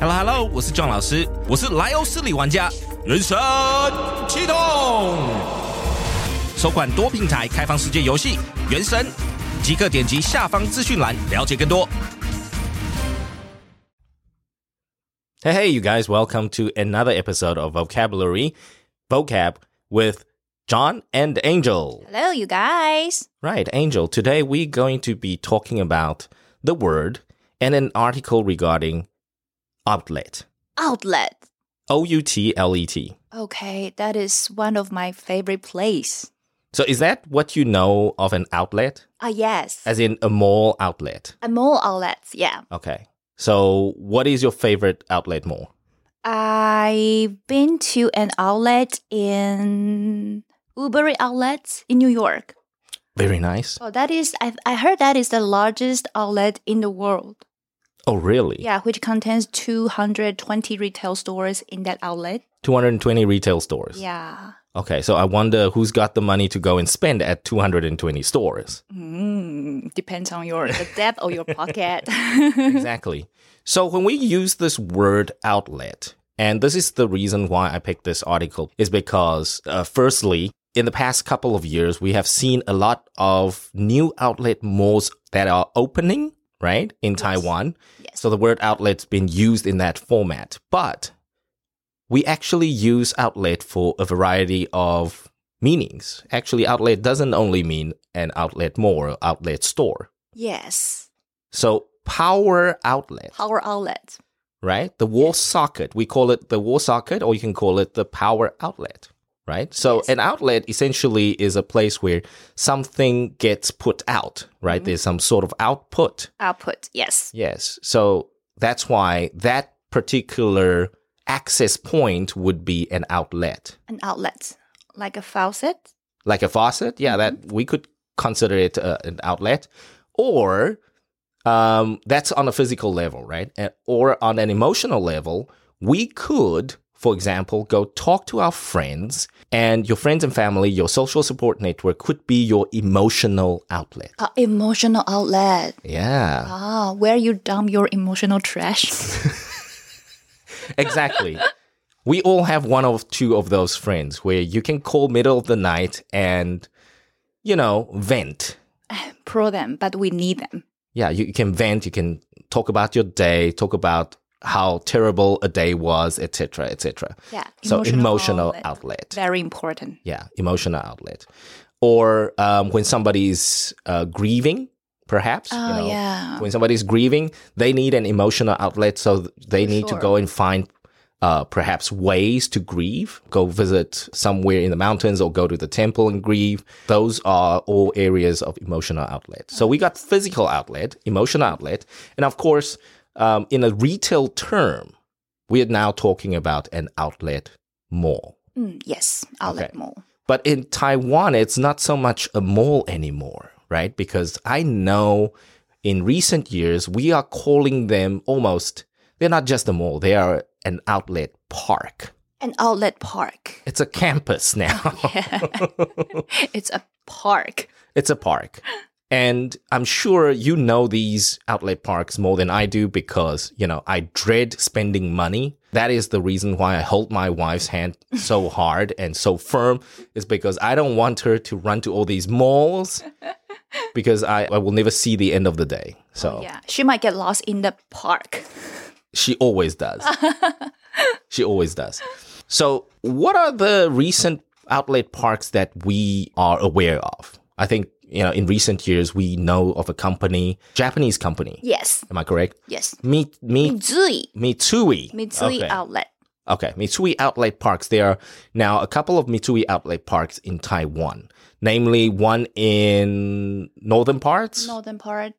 Hello Hello，我是壮老师，我是莱欧斯里玩家，人生启动，首款多平台开放世界游戏《原神》，即刻点击下方资讯栏了解更多。 Hey, hey, you guys, welcome to another episode of Vocabulary Vocab with John and Angel. Hello, you guys. Right, Angel, today we're going to be talking about the word and an article regarding outlet. Outlet. O U T L E T. Okay, that is one of my favorite place. So, is that what you know of an outlet? Ah, yes. As in a mall outlet? A mall outlets, yeah. Okay. So, what is your favorite outlet mall? I've been to an outlet in Uber outlets in New York. Very nice. Oh, that is I I heard that is the largest outlet in the world. Oh, really? Yeah, which contains 220 retail stores in that outlet. 220 retail stores. Yeah. Okay, so I wonder who's got the money to go and spend at 220 stores. Mm, depends on your the depth of your pocket. Mm-hmm. exactly. So when we use this word outlet, and this is the reason why I picked this article, is because uh, firstly, in the past couple of years, we have seen a lot of new outlet malls that are opening, right, in Taiwan. Yes. So the word outlet's been used in that format. But we actually use outlet for a variety of meanings. Actually, outlet doesn't only mean an outlet mall or outlet store. yes. So power outlet, Power outlet. right? The wall socket. We call it the wall socket, or you can call it the power outlet, right? So Yes. an outlet essentially is a place where something gets put out, right? There's some sort of output. Output. Yes. Yes. So that's why that particular access point would be an outlet. an outlet, like a faucet. like a faucet. Yeah, that we could consider it uh, an outlet, or um, that's on a physical level, right? And, or on an emotional level, we could, for example, go talk to our friends, and your friends and family, your social support network could be your emotional outlet. A emotional outlet. Yeah, Ah, where you dump your emotional trash. exactly. We all have one of two of those friends where you can call middle of the night and, you know, vent. Pro them, but we need them. yeah, you, you can vent, you can talk about your day, talk about how terrible a day was, etc., etc. Yeah. So emotional outlet. Very important. Yeah, emotional outlet. Or um, when somebody's uh, grieving, perhaps. you Oh know, yeah. When somebody's grieving, they need an emotional outlet, so th- they need to sure. go and find uh, perhaps ways to grieve. Go visit somewhere in the mountains, or go to the temple and grieve. Those are all areas of emotional outlet. So we got physical outlet, emotional outlet, and of course, um, in a retail term, we are now talking about an outlet mall. Mm, yes. Outlet Okay. mall. But in Taiwan, it's not so much a mall anymore, right? Because I know in recent years, we are calling them almost, they're not just a mall, they are an outlet park. An outlet park. It's a campus now, it's a park. it's a park. And I'm sure you know these outlet parks more than I do because, you know, I dread spending money. That is the reason why I hold my wife's hand so hard and so firm, is because I don't want her to run to all these malls because I, I will never see the end of the day. So Yeah. She might get lost in the park. she always does. she always does. So, what are the recent outlet parks that we are aware of? I think, you know, in recent years, we know of a company, Japanese company. Yes. Am I correct? Yes. Mi, mi, Mitsui. Mitsui. Mm. Mitsui okay. outlet. Okay, Mitsui outlet parks. There are now a couple of Mitsui outlet parks in Taiwan, namely one in northern parts. Northern part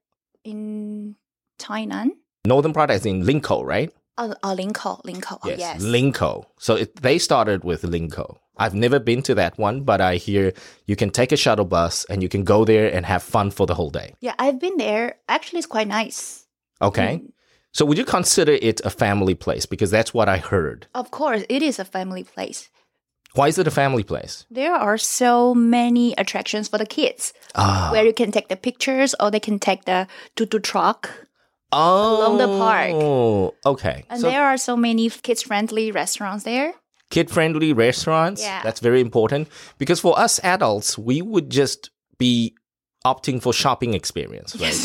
in Tainan. Northern part as in Linko, right? Oh, oh Linko. Linko. Oh, yes. Linko. So it, they started with Linko. I've never been to that one, but I hear you can take a shuttle bus and you can go there and have fun for the whole day. Yeah, I've been there. Actually, it's quite nice. Okay. Mm-hmm. So would you consider it a family place? Because that's what I heard. Of course, it is a family place. Why is it a family place? There are so many attractions for the kids Ah, where you can take the pictures or they can take the tutu truck. Oh, along the park. Okay, And so there are so many kids friendly restaurants there. kid-friendly restaurants. Yeah. That's very important because for us adults, we would just be opting for shopping experience, right?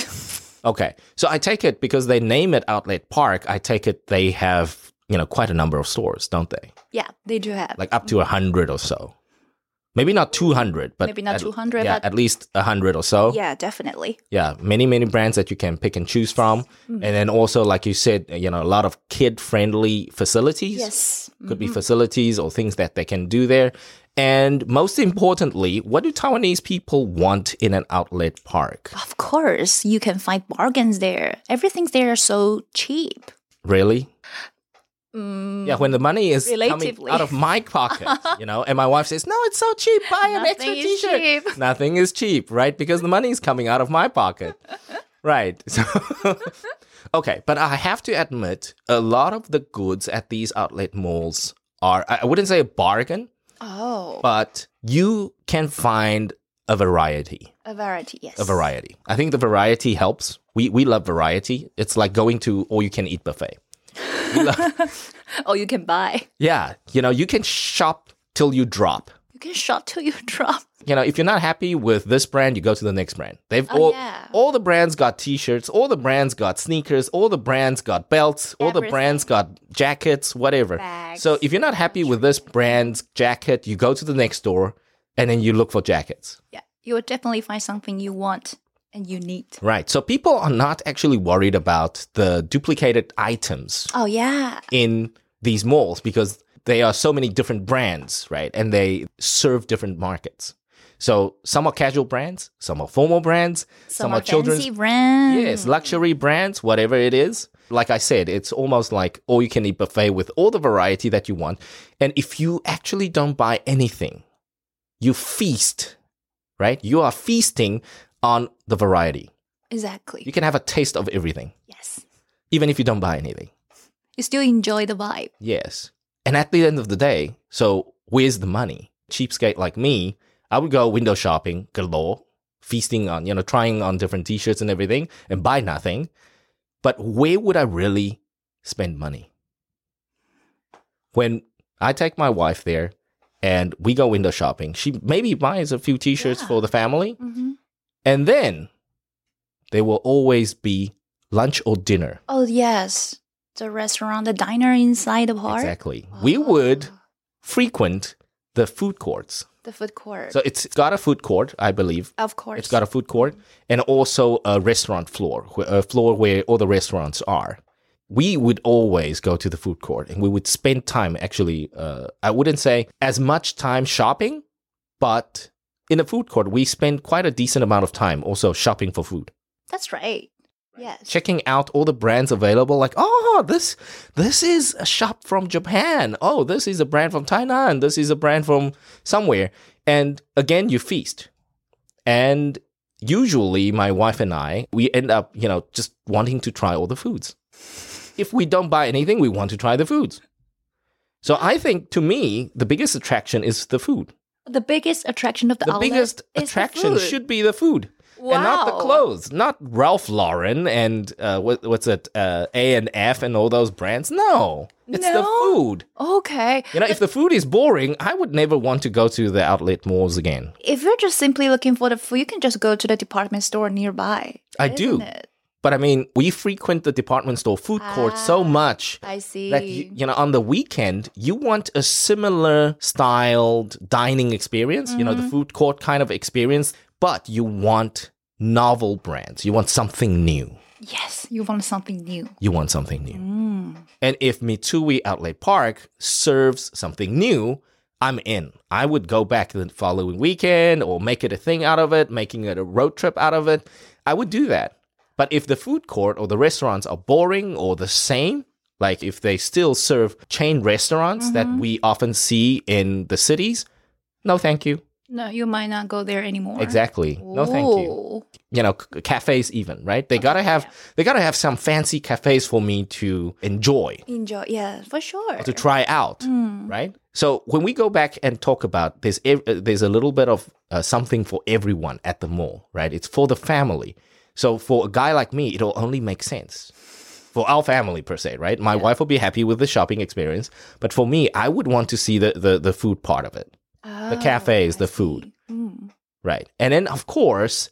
Okay, so I take it because they name it Outlet Park. I take it they have you know quite a number of stores, don't they? Yeah, they do have. Like up to a hundred or so. Maybe not two hundred, but Maybe not at- 200, Yeah, but- at least hundred or so. yeah, definitely. yeah many many brands that you can pick and choose from Mm-hmm. and then also like you said you know a lot of kid friendly facilities Yes. Mm-hmm. could be facilities or things that they can do there and most importantly what do taiwanese people want in an outlet park Of course, you can find bargains there. Everything's there so cheap. really yeah, when the money is coming Mm. Relatively. out of my pocket, you know, and my wife says, "No, it's so cheap. Buy an Nothing extra is T-shirt." cheap. Nothing is cheap, right? Because the money is coming out of my pocket, right? So, okay, but I have to admit, a lot of the goods at these outlet malls are, I I wouldn't say a bargain, Oh, but you can find a variety a variety. Yes. a variety. I think the variety helps. We we love variety. It's like going to all you can eat buffet. Oh, you can buy. Yeah, you know, you can shop till you drop. You can shop till you drop. You know, if you're not happy with this brand, you go to the next brand. They've all Oh, yeah. all the brands got t-shirts, all the brands got sneakers, all the brands got belts, all the Everything. brands got jackets, whatever. Bags. So if you're not happy with this brand's jacket, you go to the next store and then you look for jackets. Yeah, you will definitely find something you want and you need. Right. So people are not actually worried about the duplicated items Oh yeah, in these malls because they are so many different brands, right? And they serve different markets. So some are casual brands, some are formal brands, some, some, are, are children's fancy brands. yes, luxury brands, whatever it is. Like I said, it's almost like all you can eat buffet with all the variety that you want. And if you actually don't buy anything, you feast, right? You are feasting on the variety. exactly. You can have a taste of everything, yes, even if you don't buy anything. you still enjoy the vibe. Yes. And at the end of the day, so where's the money? Cheapskate like me, I would go window shopping galore, feasting on, you know, trying on different t shirts and everything and buy nothing. But where would I really spend money? When I take my wife there and we go window shopping, she maybe buys a few t shirts Yeah. for the family. hmm And then there will always be lunch or dinner Oh yes, the restaurant, the diner inside the park, Exactly. We would Oh. frequent the food courts. the food court. So it's got a food court, I believe. of course, It's got a food court and also a restaurant floor, wh- a floor where all the restaurants are. We would always go to the food court and we would spend time actually, uh, I wouldn't say as much time shopping, but in the food court, we spend quite a decent amount of time also shopping for food That's right. Yes. checking out all the brands available like oh this this is a shop from japan oh this is a brand from taiwan this is a brand from somewhere and again you feast and usually my wife and i we end up you know just wanting to try all the foods if we don't buy anything we want to try the foods so i think to me the biggest attraction is the food The biggest attraction of the, the outlet biggest is the attraction food. should be the food and not the Wow. clothes not ralph lauren and uh, what, what's it uh, a and f and all those brands no it's the No. food Okay. you know if the food is boring i would never want to go to the outlet malls again If you're just simply looking for the food, you can just go to the department store nearby. I do. isn't it? but i mean we frequent the department store food court Ah, so much I see. that you, you know on the weekend you want a similar styled dining experience you know Mm-hmm. the food court kind of experience but you want novel brands you want something new yes, you want something new. you want something new. And if Mitsui Outlet Park serves something new, I'm in. I would go back the following weekend or make it a thing out of it, making it a road trip out of it. I would do that. But if the food court or the restaurants are boring or the same, like if they still serve chain restaurants that we often see in the cities, no thank you. No, you might not go there anymore. Exactly. No thank you Ooh. you know c- cafes even right they gotta have they gotta have some fancy cafes for me to enjoy Enjoy. Yeah, for sure. to try out right so when we go back and talk about there's ev- uh, there's a little bit of uh, something for everyone at the mall right it's for the family So for a guy like me, it'll only make sense. For our family per se, right? My wife will be happy with the shopping experience, but for me, I would want to see the the, the food part of it, the cafes, the food, Oh, Mm. right? And then of course,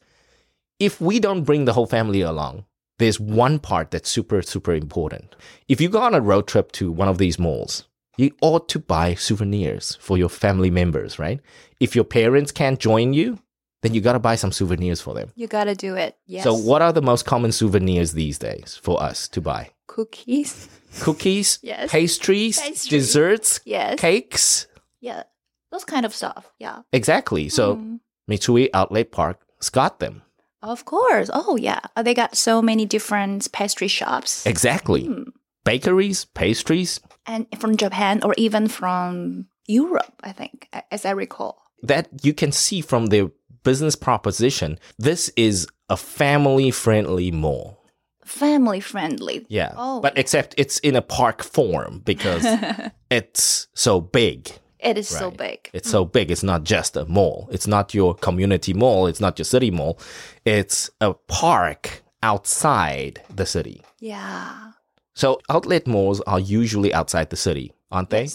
if we don't bring the whole family along, there's one part that's super super important. If you go on a road trip to one of these malls, you ought to buy souvenirs for your family members, right? If your parents can't join you, then you got to buy some souvenirs for them. You gotta do it. Yes. So, what are the most common souvenirs these days for us to buy? Cookies. Cookies, Yes. pastries, Pastries. desserts, yes. cakes. Yeah. Those kind of stuff. Yeah. Exactly. So, Mm. Mitsui Outlet Park has got them. Of course. Oh yeah. Oh, They got so many different pastry shops. Exactly. Mm. Bakeries, pastries. And from Japan or even from Europe, I think, a- as I recall. That you can see from their business proposition. This is a family friendly mall. Family friendly. Yeah. Oh. But except it's in a park form because it's so big. It is so Right. big. It's so big. It's not just a mall. It's not your community mall. It's not your city mall. It's a park outside the city. yeah. So outlet malls are usually outside the city, aren't they?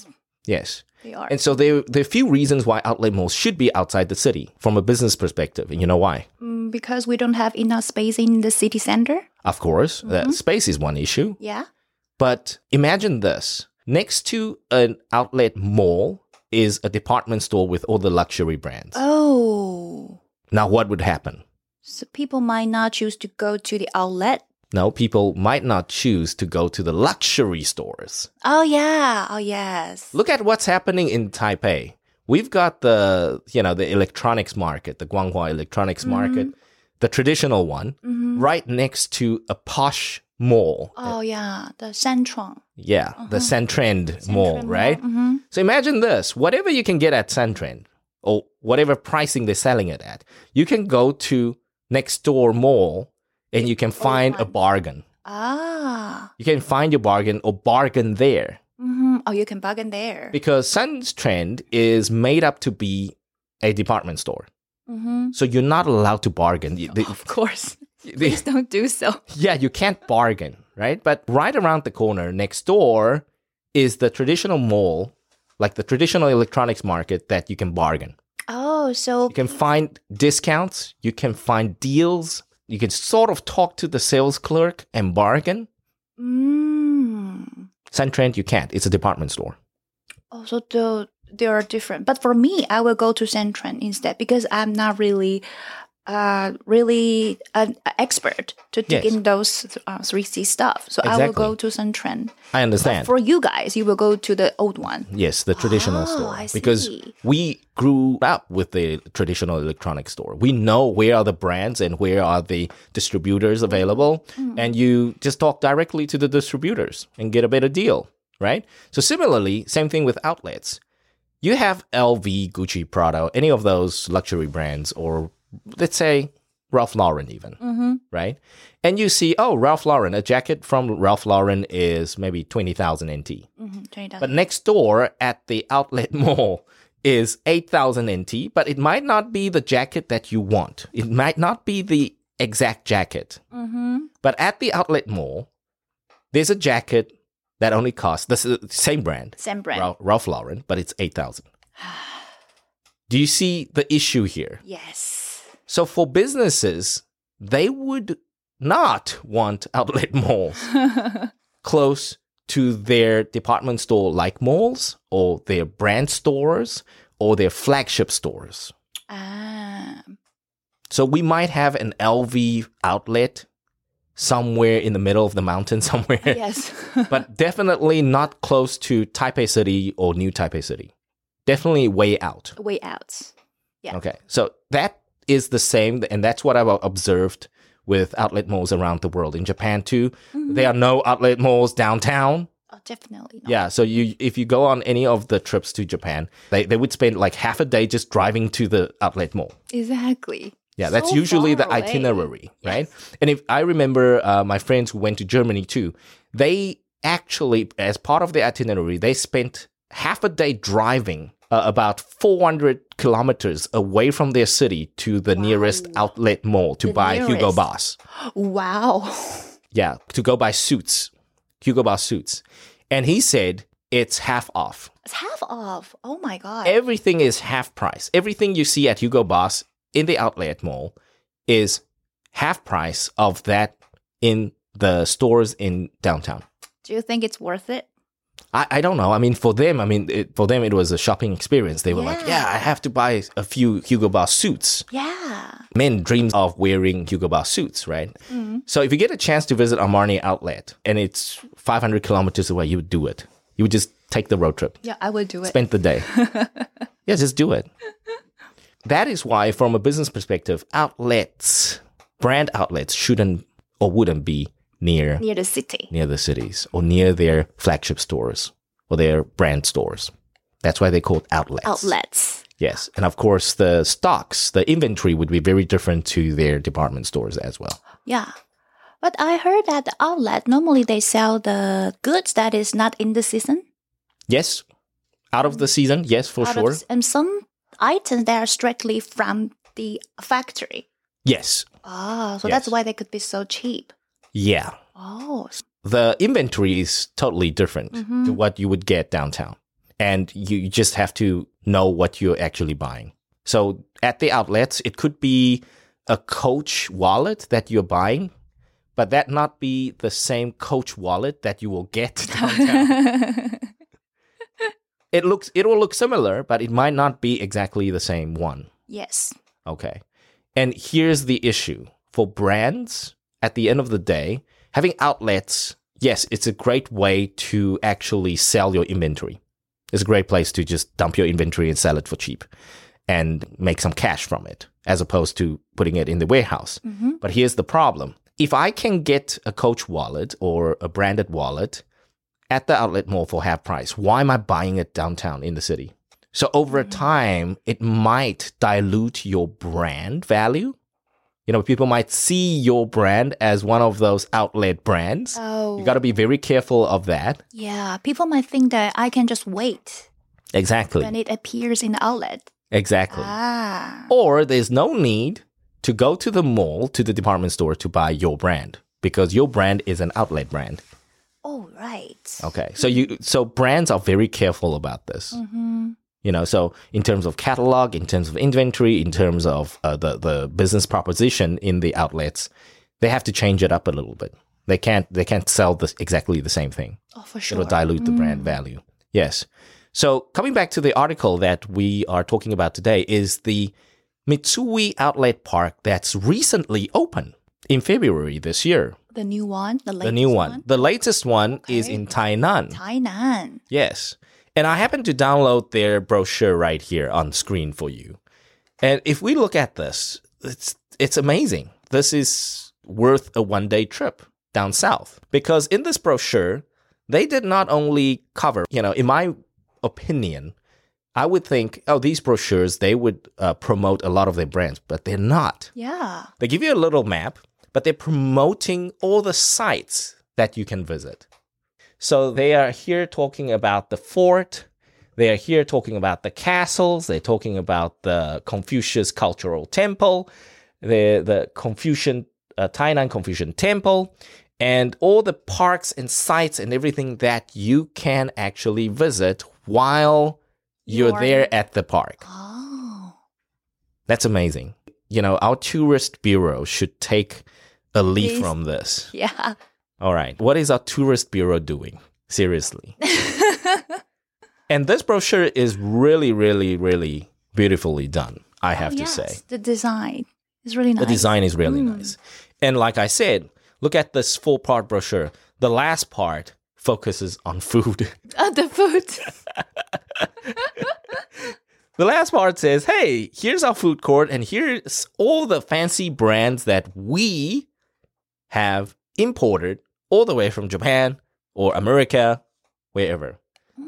Yes. They are. And so there, there are a few reasons why outlet malls should be outside the city from a business perspective. And you know why? Mm, because we don't have enough space in the city center. Of course, that space is one issue. Yeah. But imagine this next to an outlet mall is a department store with all the luxury brands. Uh. Oh. Now, what would happen? So people might not choose to go to the outlet. No, people might not choose to go to the luxury stores. Oh yeah. Oh yes. Look at what's happening in Taipei. We've got the, you know, the electronics market, the Guanghua electronics market, the traditional one, Mhm. right next to a posh mall. Oh yeah. The Sanchuang. Yeah, the Centrend mall, right? Mm-hmm. So imagine this, whatever you can get at Centrend or whatever pricing they're selling it at, you can go to next door mall and you can Oh, find a one. bargain. Ah. You can find your bargain or bargain there. hmm Oh, you can bargain there. because Sun's Trend is made up to be a department store. hmm So you're not allowed to bargain. You- they- Of course. they- Oh, Please don't do so. yeah, you can't bargain, right? But right around the corner next door is the traditional mall, like the traditional electronics market that you can bargain. Oh, so You can find discounts, you can find deals, you can sort of talk to the sales clerk and bargain. mm. Sun Trend, you can't. It's a department store. oh, so the, they are different. But for me, I will go to Centron instead because I'm not really, uh, really an expert to dig Yes. in those th- uh, 3C stuff. So I will Exactly. go to Centron. I understand. For you guys, you will go to the old one. Yes, the traditional Oh, store. I Because see. we grew up with the traditional electronic store. We know where are the brands and where are the distributors available. Mm. And you just talk directly to the distributors and get a better deal, right? So similarly, same thing with outlets. You have LV, Gucci, Prada, any of those luxury brands or let's say Ralph Lauren even Mm-hmm. right? And you see, oh, Ralph Lauren, a jacket from Ralph Lauren is maybe 20,000 NT. Mm-hmm. 20,000. But next door at the outlet mall is 8,000 NT, but it might not be the jacket that you want. It might not be the exact jacket. mm-hmm. But at the outlet mall, there's a jacket that only costs this is the same brand, Same brand. Ralph, Ralph Lauren, but it's 8,000. Do you see the issue here? Yes. So for businesses, they would not want outlet malls close to their department store like malls or their brand stores or their flagship stores. Ah. So we might have an LV outlet somewhere in the middle of the mountain somewhere, yes. but definitely not close to Taipei City or New Taipei City. Definitely way out. Way out. Yeah. Okay. So that is the same, and that's what I've observed with outlet malls around the world. In Japan too, there are no outlet malls downtown. Oh, definitely not. Yeah. So you, if you go on any of the trips to Japan, they, they would spend like half a day just driving to the outlet mall. Exactly. Yeah, So that's usually far the away. itinerary, right? And if I remember, uh, my friends who went to Germany too, they actually, as part of the itinerary, they spent half a day driving uh, about 400 kilometers away from their city to the nearest outlet mall to The buy Hugo nearest. Boss. Wow. Yeah, to go buy suits, Hugo Boss suits. And he said it's half off. It's half off. Oh my god. Everything is half price. Everything you see at Hugo Boss in the outlet mall is half price of that in the stores in downtown. Do you think it's worth it? I, I don't know. I mean, for them, I mean, it, for them, it was a shopping experience. They were like, Yeah. yeah, I have to buy a few Hugo Boss suits. Yeah. Men dreams of wearing Hugo Boss suits, right? So if you get a chance to visit Armani outlet and it's 500 kilometers away, you would do it. You would just take the road trip, Yeah, I would do it. spend the day. yeah, just do it. That is why, from a business perspective, outlets, brand outlets shouldn't or wouldn't be near Near the city. near the cities or near their flagship stores or their brand stores. That's why they're called outlets. Outlets. Yes. And of course, the stocks, the inventory would be very different to their department stores as well. Yeah. But I heard that the outlet normally they sell the goods that is not in the season. Yes. Out of the season. Yes, for Mm. Out of Oh, sure. s- and some items that are strictly from the factory. yes. Oh, so that's Yes. why they could be so cheap. Yeah. Oh, s- The inventory is totally different to what you would get downtown. And you you just have to know what you're actually buying. So at the outlets, it could be a coach wallet that you're buying, but that not be the same coach wallet that you will get downtown. it looks it will look similar, but it might not be exactly the same one. yes. Okay. And here's the issue for brands at the end of the day, having outlets, yes, it's a great way to actually sell your inventory. It's a great place to just dump your inventory and sell it for cheap and make some cash from it as opposed to putting it in the warehouse. But here's the problem if I can get a Coach wallet or a branded wallet at the outlet mall for half price, why am I buying it downtown in the city? So over time, it might dilute your brand value. You know, people might see your brand as one of those outlet brands. Oh, You got to be very careful of that. yeah. People might think that I can just wait Exactly. when it appears in the outlet. Exactly. Ah, Or there's no need to go to the mall, to the department store to buy your brand because your brand is an outlet brand. all right. Okay. So you so brands are very careful about this. You know, so in terms of catalog, in terms of inventory, in terms of uh, the the business proposition in the outlets, they have to change it up a little bit. They can't they can't sell this exactly the same thing. Oh, for sure. It'll dilute the brand value. Yes. So coming back to the article that we are talking about today is the Mitsui Outlet Park that's recently open in February this year. The new one, the latest The new one. The latest one is in Tainan. Tainan. Yes. And I happen to download their brochure right here on screen for you. And if we look at this, it's it's amazing. This is worth a one-day trip down south because in this brochure, they did not only cover, you know, in my opinion, I would think, oh, these brochures they would uh, promote a lot of their brands, but they're not. Yeah. They give you a little map, but they're promoting all the sites that you can visit. So they are here talking about the fort. They are here talking about the castles. They're talking about the Confucius Cultural Temple, the, the Confucian, uh, Tainan Confucian Temple, and all the parks and sites and everything that you can actually visit while you're You're- there at the park. Oh. That's amazing. You know, our tourist bureau should take a leaf Please. from this. Yeah. All right. What is our tourist bureau doing? Seriously. and this brochure is really, really, really beautifully done, I have to Oh, Yes, say. The design is really The nice. design is really nice. And like I said, look at this four part brochure. The last part focuses on food. Uh, the food. The last part says, hey, here's our food court, and here's all the fancy brands that we have imported all the way from Japan or America, wherever.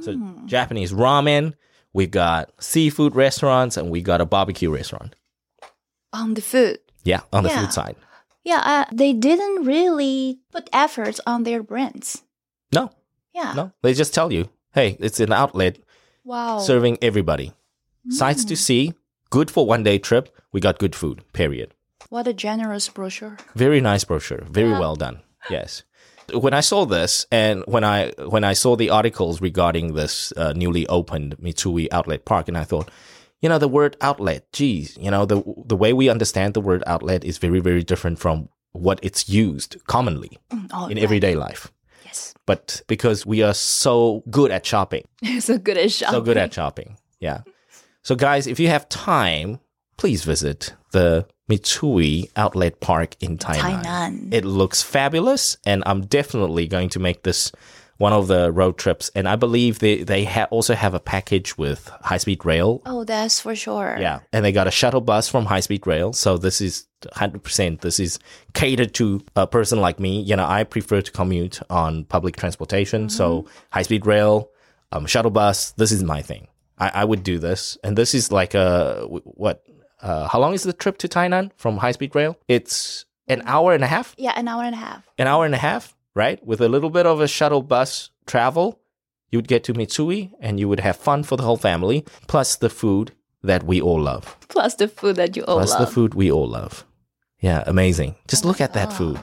So, Japanese ramen, we've got seafood restaurants, and we got a barbecue restaurant. On the food. Yeah, on the Yeah. food side. Yeah, uh, they didn't really put efforts on their brands. No, Yeah. no, they just tell you, hey, it's an outlet. Wow. serving everybody. Sights to see, good for one day trip. We got good food, period. what a generous brochure. Very nice brochure. Very well done. Yes. When I saw this, and when I when I saw the articles regarding this uh, newly opened Mitsui Outlet Park, and I thought, you know, the word outlet, geez, you know, the the way we understand the word outlet is very very different from what it's used commonly Oh, in yeah. everyday life. Yes. But because we are so good at shopping, so good at shopping. so good at shopping. Yeah. So, guys, if you have time, please visit the Mitsui Outlet Park in Tainan. Tainan. It looks fabulous, and I'm definitely going to make this one of the road trips. And I believe they they ha- also have a package with high speed rail. Oh, that's for sure. Yeah, and they got a shuttle bus from high speed rail. So this is 100%. This is catered to a person like me. You know, I prefer to commute on public transportation. So high speed rail, um, shuttle bus, this is my thing. I, I would do this. And this is like a, w- what, uh, how long is the trip to Tainan from high speed rail? It's an hour and a half, Yeah, an hour and a half. an hour and a half, right? With a little bit of a shuttle bus travel, you would get to Mitsui and you would have fun for the whole family, plus the food that we all love Plus the food that you all plus the love. food we all love. Yeah, amazing. Just look at Oh. that food.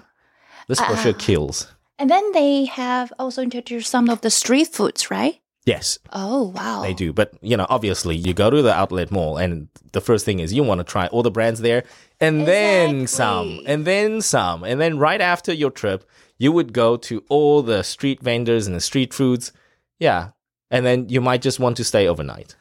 This Uh. brochure kills. And then they have also introduced some of the street foods, right? Yes, Oh, wow. they do. But you know, obviously, you go to the outlet mall, and the first thing is you want to try all the brands there, and then some, Exactly. and then some, and then right after your trip, you would go to all the street vendors and the street foods. Yeah, and then you might just want to stay overnight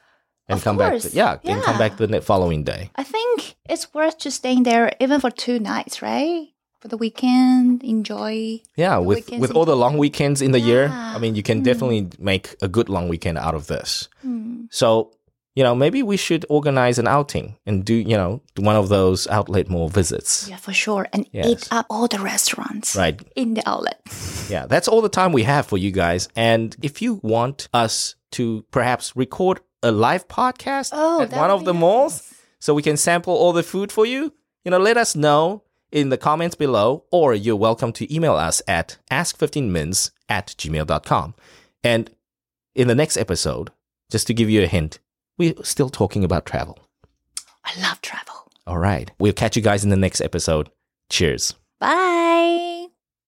and Of come back. course, To, yeah, and come yeah. back the ne- following day. I think it's worth just staying there even for two nights, right? For the weekend, enjoy. Yeah, The with weekends with in all the long weekends in the year, I Yeah. Mm. mean, you can definitely make a good long weekend out of this. Hmm. So, you know, maybe we should organize an outing and do, you know, one of those outlet mall visits. Yeah, for sure. And Yes. eat up all the restaurants Right. in the outlet. Yeah, that's all the time we have for you guys. And if you want us to perhaps record a live podcast Oh, at that one would of be the malls so we can sample all the food for you, you know, let us know in the comments below, or you're welcome to email us at ask15mins at gmail.com. And in the next episode, just to give you a hint, we're still talking about travel. I love travel. All right. We'll catch you guys in the next episode. Cheers. Bye.